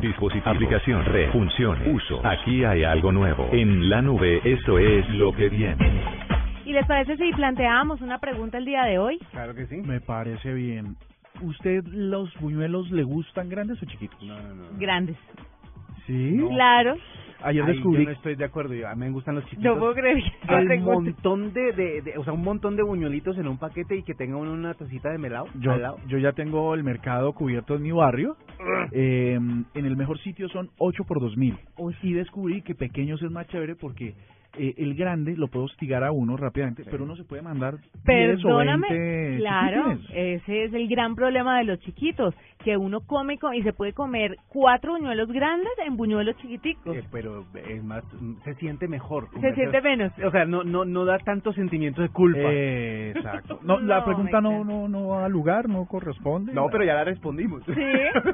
Dispositivo, aplicación, red, funciones, uso. Aquí hay algo nuevo. En la nube, esto es lo que viene. ¿Y les parece si planteamos una pregunta el día de hoy? Claro que sí. Me parece bien. ¿Usted los buñuelos le gustan grandes o chiquitos? Grandes. Sí. Claro. Ayer Ahí descubrí yo no estoy de acuerdo. Yo, a mí me gustan los chiquitos. No puedo creer que Hay la un pregunta- montón de, de, de- o sea, un montón de buñuelitos en un paquete y que tenga uno una tacita de melado yo, al lado. yo ya tengo el mercado cubierto en mi barrio. Eh, en el mejor sitio son 8 por 2000. Y descubrí que pequeños es más chévere porque eh, el grande lo puede hostigar a uno rápidamente, pero uno se puede mandar 10 o 20 Perdóname. Claro, chiquitines. Eh, ese es el gran problema de los chiquitos, que uno come y co- y se puede comer cuatro buñuelos grandes en buñuelos chiquiticos. Eh, pero es más, mm, se siente mejor. Se siente menos. O sea, no, no, no da tanto sentimiento de culpa. Eh, exacto. No, No, la pregunta no, Maxi. no, no va a lugar, no corresponde. no, pero ya la respondimos. Sí.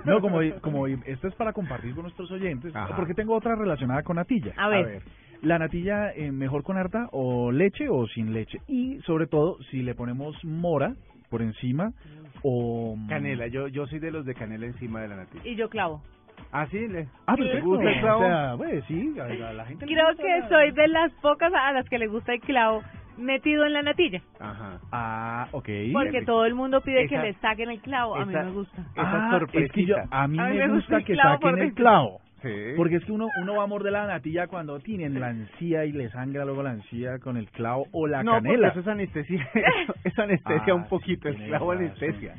No, como, como esto es para compartir con nuestros oyentes, Ajá. porque tengo otra relacionada con natilla. A ver. La natilla eh, mejor con harta o leche o sin leche. Y sobre todo, si le ponemos mora por encima o... mm, Canela, yo, yo soy de los de canela encima de la natilla. Y yo clavo. Ah, sí, le, Ah, pero ¿te eso, gusta el o clavo? sea, pues, sí, a la, a la gente... le Creo gusta que la- soy de las pocas a las que le gusta el clavo metido en la natilla, Ajá. Ah, ok. porque todo el mundo pide que Esa- le saquen el clavo. A mí esa- me gusta. Esa Ah, sorpresita. es que yo- a mí A mí me gusta el que clavo por saquen el dentro. clavo. Sí. Porque es que uno, uno va a morder la natilla cuando tienen la encía y le sangra luego la encía con el clavo o la no, porque canela. eso es anestesia, eso es anestesia Ah, un sí, poquito, es tiene clavo razón. anestesia.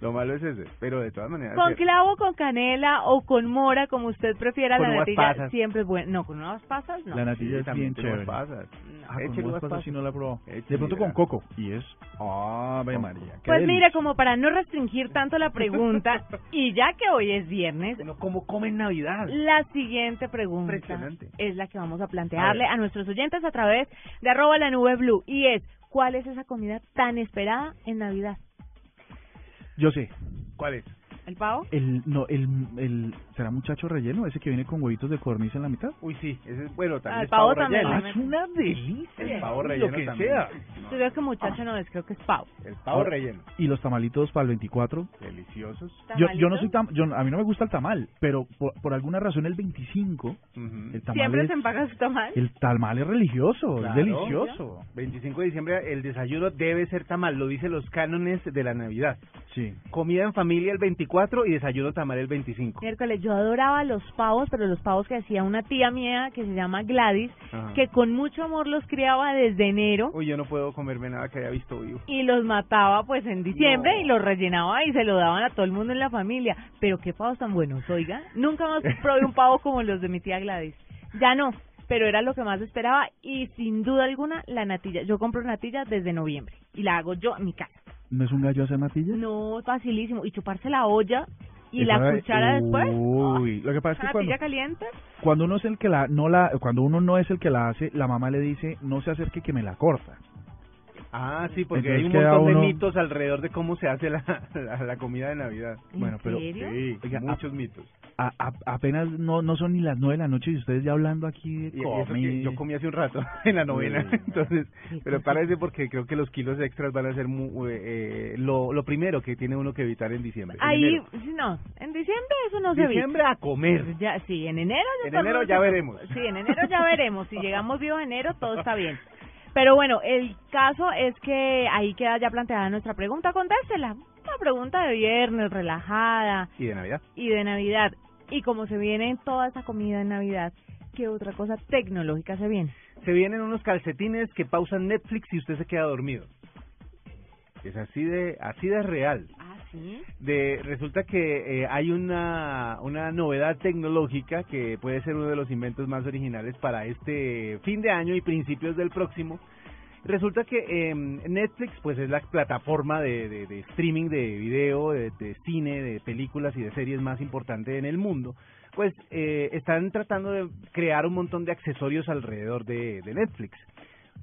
Lo malo es ese, pero de todas maneras. eh, Con sí. clavo, con canela o con mora, como usted prefiera, Con la uvas natilla pasas. siempre es buena. No, con unas pasas no. La Sí, natilla es bien también tiene chévere. pasas. Ah, Échale con uvas uvas pasas sí no la he probado. Échale, de pronto con verá. coco. Y es... Ah, Ave María. qué Pues mira, delicia. como para no restringir tanto la pregunta, y ya que hoy es viernes, Bueno, ¿cómo comen Navidad? la siguiente pregunta Impresionante. es la que vamos a plantearle a, nuestros oyentes a través de arroba la nube blue, y es, ¿cuál es esa comida tan esperada en Navidad? Yo sé. ¿Cuál es? ¿El pavo? El, no, el, el, ¿será muchacho relleno? Ese que viene con huevitos de codorniz en la mitad. Uy, sí, ese es bueno también. Ah, el es pavo pavo también, relleno. ¿no? es una delicia. El pavo Lo relleno que también. sea. Yo creo que muchacho no es, creo que es pavo. El pavo Ahora- relleno. Y los tamalitos para el 24. Deliciosos. Yo, yo no soy ¿Tamalitos? tam, yo, a mí no me gusta el tamal, pero por, por alguna razón el 25, Ujú. el tamal ¿Siempre es, se empaga su tamal? el tamal es religioso, Claro. Pues es delicioso. 25 de diciembre, el desayuno debe ser tamal, lo dicen los cánones de la Navidad. Sí. Comida en familia el 24 y desayuno tamal el 25. Miércoles, yo adoraba los pavos, pero los pavos que hacía una tía mía que se llama Gladys, Ajá. que con mucho amor los criaba desde enero Uy, yo no puedo comerme nada que haya visto vivo. y los mataba pues en diciembre No. y los rellenaba y se lo daban a todo el mundo en la familia. Pero qué pavos tan buenos, oiga. Nunca más probé un pavo como los de mi tía Gladys. Ya no, pero era lo que más esperaba y sin duda alguna la natilla. Yo compro natilla desde noviembre y la hago yo en mi casa. ¿No es un gallo hacer natilla? No, facilísimo. Y chuparse la olla y Esa la era- cuchara después. Uy, lo que pasa es ¿Una que cuando, natilla caliente? cuando uno es el que la no la cuando uno no es el que la hace, la mamá le dice, "No se acerque que me la corta." Ah, sí, porque Entonces hay un queda montón uno- de mitos alrededor de cómo se hace la, la, la comida de Navidad. ¿En Bueno, pero- serio? Sí, Oiga, muchos mitos. A- a- apenas no no son ni las nueve de la noche y ustedes ya hablando aquí Y- de y eso que comi- yo comí hace un rato, en la novena. Uy, Entonces, Sí, pero sí. parece porque creo que los kilos extras van a ser mu- eh, eh, lo, lo primero que tiene uno que evitar en diciembre. en Ahí, enero. sí, no, en diciembre eso no se evita. diciembre a comer. Ya, sí, en enero ya En todo el enero mundo ya se- veremos. Sí, en enero ya veremos. Si llegamos vivos en enero, todo está bien. Pero bueno, el caso es que ahí queda ya planteada nuestra pregunta. Contársela. Una pregunta de viernes, relajada Y de Navidad. y de Navidad. Y como se viene toda esa comida en Navidad, ¿qué otra cosa tecnológica se viene? Se vienen unos calcetines que pausan Netflix y usted se queda dormido. Es así de, así de real. Ah, sí. de resulta que eh, hay una una novedad tecnológica que puede ser uno de los inventos más originales para este fin de año y principios del próximo Resulta que em, Netflix pues es la plataforma de, de- de streaming de video, de, de cine, de películas y de series más importante en el mundo. Pues eh, están tratando de crear un montón de accesorios alrededor de, de Netflix.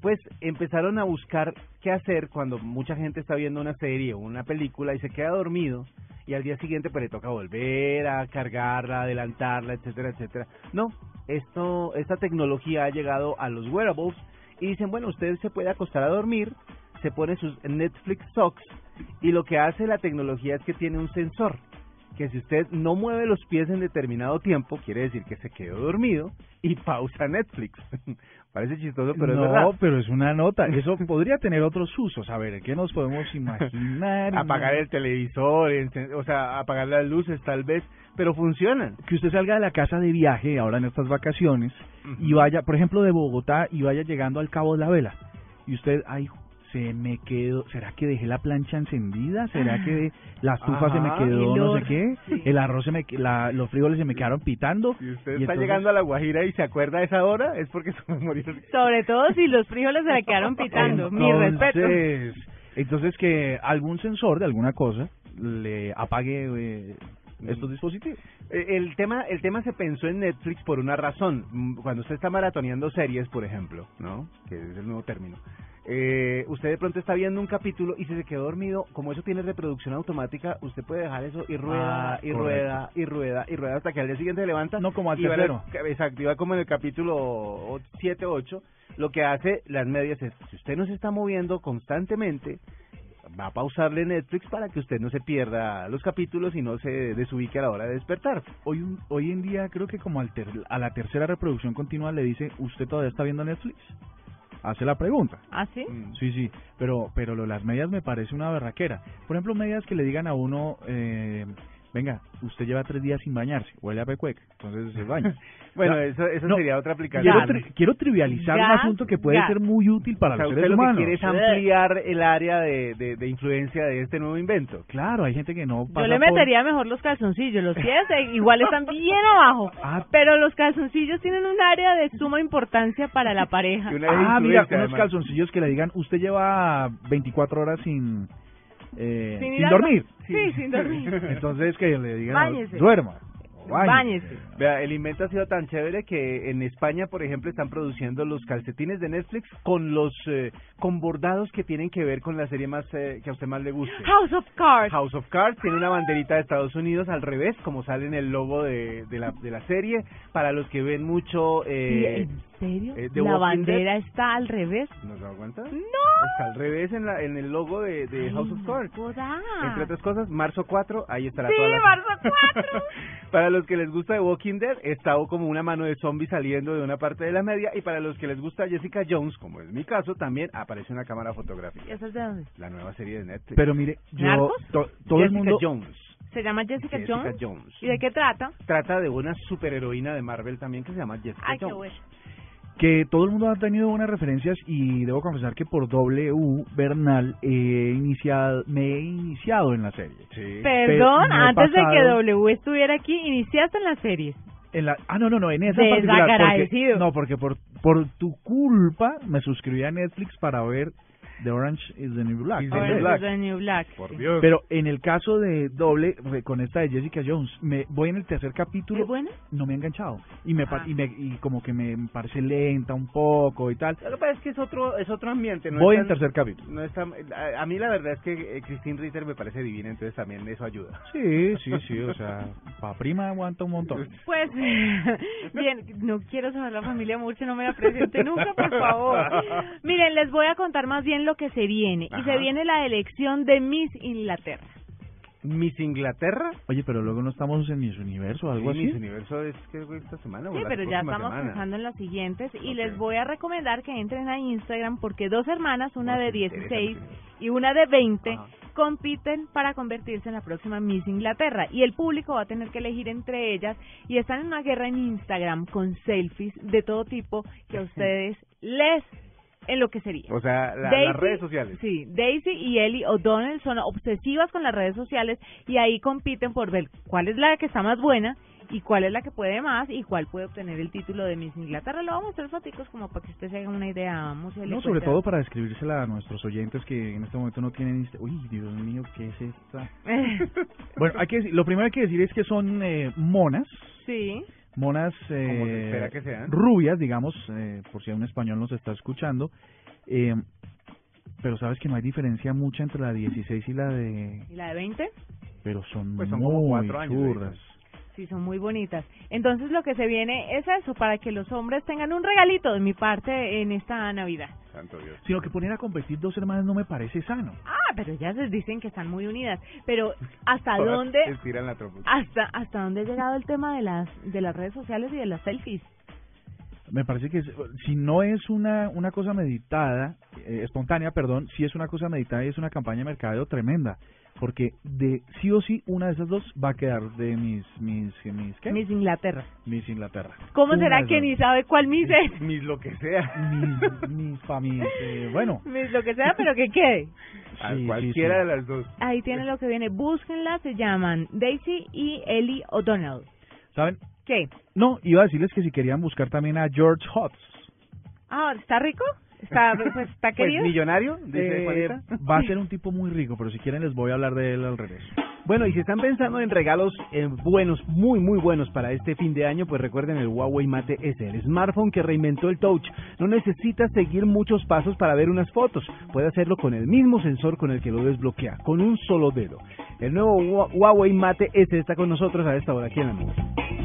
Pues empezaron a buscar qué hacer cuando mucha gente está viendo una serie o una película y se queda dormido y al día siguiente pues le toca volver a cargarla, adelantarla, etcétera, etcétera. No, esto, esta tecnología ha llegado a los wearables y dicen, bueno, usted se puede acostar a dormir, se pone sus Netflix socks y lo que hace la tecnología es que tiene un sensor que si usted no mueve los pies en determinado tiempo, quiere decir que se quedó dormido y pausa Netflix. Parece chistoso, pero es no, verdad. pero es una nota. Eso podría tener otros usos. A ver, ¿qué nos podemos imaginar? apagar el televisor, encen- o sea, apagar las luces tal vez, pero funcionan. que usted salga de la casa de viaje ahora en estas vacaciones y vaya, por ejemplo, de Bogotá y vaya llegando al Cabo de la Vela y usted, ay, se me quedó, ¿será que dejé la plancha encendida? ¿Será que la estufa se me Ah. Ajá. quedó, El no sé horno, qué? sí. El arroz se me, que- la- los frijoles se me quedaron pitando. Si usted y está entonces- llegando a La Guajira y se acuerda de esa hora, es porque su memoria es- Sobre todo si los frijoles se le quedaron pitando. Mi respeto. Entonces, entonces que algún sensor de alguna cosa le apague eh, estos dispositivos. Eh, El tema, el tema se pensó en Netflix por una razón. Mm, Cuando usted está maratoneando series, por ejemplo, ¿no? Que es el nuevo término. eh, usted de pronto está viendo un capítulo y si se quedó dormido, como eso tiene reproducción automática, usted puede dejar eso y rueda, Ah, y correcto. rueda, y rueda, y rueda hasta que al día siguiente se levanta. No, como al y va en el- tercero. Exacto, y va como en el capítulo 7 8. Lo que hace las medias es, si usted no se está moviendo constantemente, va a pausarle Netflix para que usted no se pierda los capítulos y no se desubique a la hora de despertar. Hoy, un- hoy en día creo que como al ter- a la tercera reproducción continua le dice, ¿usted todavía está viendo Netflix? Hace la pregunta. ¿Ah, sí? Mm. Sí, sí, pero, pero lo de las medias me parece una barraquera. Por ejemplo, medias que le digan a uno, eh, venga, usted lleva tres días sin bañarse, huele a pecueca, entonces se baña. Bueno, No, eso, eso no. sería otra quiero, aplicación. tri- quiero trivializar un Ya, asunto que puede ya. ser muy útil para O sea, los usted seres lo que humanos. quiere es ampliar el área de, de, de influencia de este nuevo invento. Claro, hay gente que no Yo pasa le por- metería mejor los calzoncillos. Los pies eh, igual están bien abajo. Ah. Pero los calzoncillos tienen un área de suma importancia para la pareja. Y una Ah, mira, unos influencia, además. calzoncillos que le digan, usted lleva 24 horas sin, eh, Sin sin, ir al ba- dormir. Sí, sin dormir. Entonces que le digan, Báñese. duerma. o Báñese. Vea, el invento ha sido tan chévere que en España, por ejemplo, están produciendo los calcetines de Netflix con los eh, con bordados que tienen que ver con la serie más eh, que a usted más le guste. House of Cards. House of Cards tiene una banderita de Estados Unidos al revés, como sale en el logo de, de, la, de la serie. Para los que ven mucho... Sí, Eh, ¿En serio? eh, The ¿La Walking bandera está al revés? ¿Nos aguanta? ¡No! Está al revés en, la, en el logo de, de House of Cards. Joda. Entre otras cosas, marzo 4, ahí estará Sí, toda la- marzo 4. para los que les gusta The Walking Dead, está como una mano de zombie saliendo de una parte de la media. Y para los que les gusta Jessica Jones, como es mi caso, también aparece una cámara ¿Y fotográfica. eso es de dónde? La nueva serie de Netflix. Pero mire, yo, ¿Narcos? to- todo el Jessica mundo... Jones. Se llama Jessica, Jessica Jones. Jones. ¿Y de qué trata? Trata de una superheroína de Marvel también que se llama Jessica Ay, qué Jones. bueno. que todo el mundo ha tenido buenas referencias y debo confesar que por W Bernal he iniciado, me he iniciado en la serie. Sí. Perdón, no he antes de que pasado. W estuviera aquí, iniciaste en las series. En la, ah, no, no, no, en esa en particular. Desagradecido. Porque, no, porque por, por tu culpa me suscribí a Netflix para ver The Orange is the New Black. Is the tal New Orange vez. Black. is the New Black. Por sí. Dios. Pero en el caso de doble, re- con esta de Jessica Jones, me voy en el tercer capítulo. ¿Es buena? No me ha enganchado. Y, me, pa- Ah. y, me- y como que me parece lenta un poco y tal. Lo que pasa es que es otro, es otro ambiente. No voy es en tan- tercer capítulo. No está, a, a mí la verdad es que eh, Christine Ritter me parece divina, entonces también eso ayuda. Sí, sí, sí, o sea, pa' prima aguanta un montón. Pues, bien, no quiero saber la familia Murcia, no me la presente nunca, por favor. Miren, les voy a contar más bien lo que se viene. Y se Ajá. viene la elección de Miss Inglaterra. Miss Inglaterra. Oye, pero luego no estamos en Miss Universo o algo Sí, así. Miss Universo es que fue esta semana. o Sí, pues, la pero ya próxima estamos semana. pensando en las siguientes. Y Ok. les voy a recomendar que entren a Instagram porque dos hermanas, una No, de sí, interesa 16 Miss Universo. y una de 20 Ajá. compiten para convertirse en la próxima Miss Inglaterra y el público va a tener que elegir entre ellas y están en una guerra en Instagram con selfies de todo tipo que a ustedes les enloquecería. O sea, la- Daisy- las redes sociales. Sí, Daisy y Ellie O'Donnell son obsesivas con las redes sociales y ahí compiten por ver cuál es la que está más buena y cuál es la que puede más y cuál puede obtener el título de Miss Inglaterra. Lo vamos a hacer foticos como para que usted se haga una idea. Vamos y le No, sobre cuenta. todo para describírsela a nuestros oyentes que en este momento no tienen... insta- Uy, Dios mío, ¿qué es esta? Bueno, hay que decir- lo primero hay que decir es que son eh, monas, sí. monas Como se eh, espera que sean. rubias, digamos, eh, por si un español nos está escuchando. eh, pero sabes que no hay diferencia mucha entre la 16 y la de... ¿Y la de 20? Pero son, Pues son muy como cuatro años de zurdas. Sí, son muy bonitas. Entonces lo que se viene es eso, para que los hombres tengan un regalito de mi parte en esta Navidad. Santo Dios. Sino que poner a competir dos hermanas no me parece sano. Ah, pero ya se dicen que están muy unidas. Pero ¿hasta Todas dónde Ah. Estiran la tropa. hasta hasta dónde ha llegado el tema de las de las redes sociales y de las selfies? Me parece que es- si no es una, una cosa meditada, eh, espontánea, perdón, si es una cosa meditada y es una campaña de mercadeo tremenda. Porque de sí o sí, una de esas dos va a quedar de mis, mis, mis, ¿qué? Miss Inglaterra. Miss Inglaterra. ¿Cómo Una será de que esas ni sabe cuál Miss es? Mis lo que sea. mis, mis familias. eh, bueno, Miss lo que sea, pero que quede. A sí, sí, cualquiera sí. de las dos. Ahí Pues tiene lo que viene. Búsquenla, se llaman Daisy y Ellie O'Donnell. ¿saben? ¿Qué? No, iba a decirles que si querían buscar también a George Hotz. Ah, ¿está rico? ¿Está, pues, ¿está Pues querido? millonario, dice Eh, Juanita. va a ser un tipo muy rico, pero si quieren les voy a hablar de él al regreso. Bueno, y si están pensando en regalos eh, buenos, muy, muy buenos para este fin de año, pues recuerden el Huawei Mate S, el smartphone que reinventó el touch. No necesitas seguir muchos pasos para ver unas fotos. Puede hacerlo con el mismo sensor con el que lo desbloquea, con un solo dedo. El nuevo Hua- Huawei Mate S está con nosotros a esta hora aquí en la nube.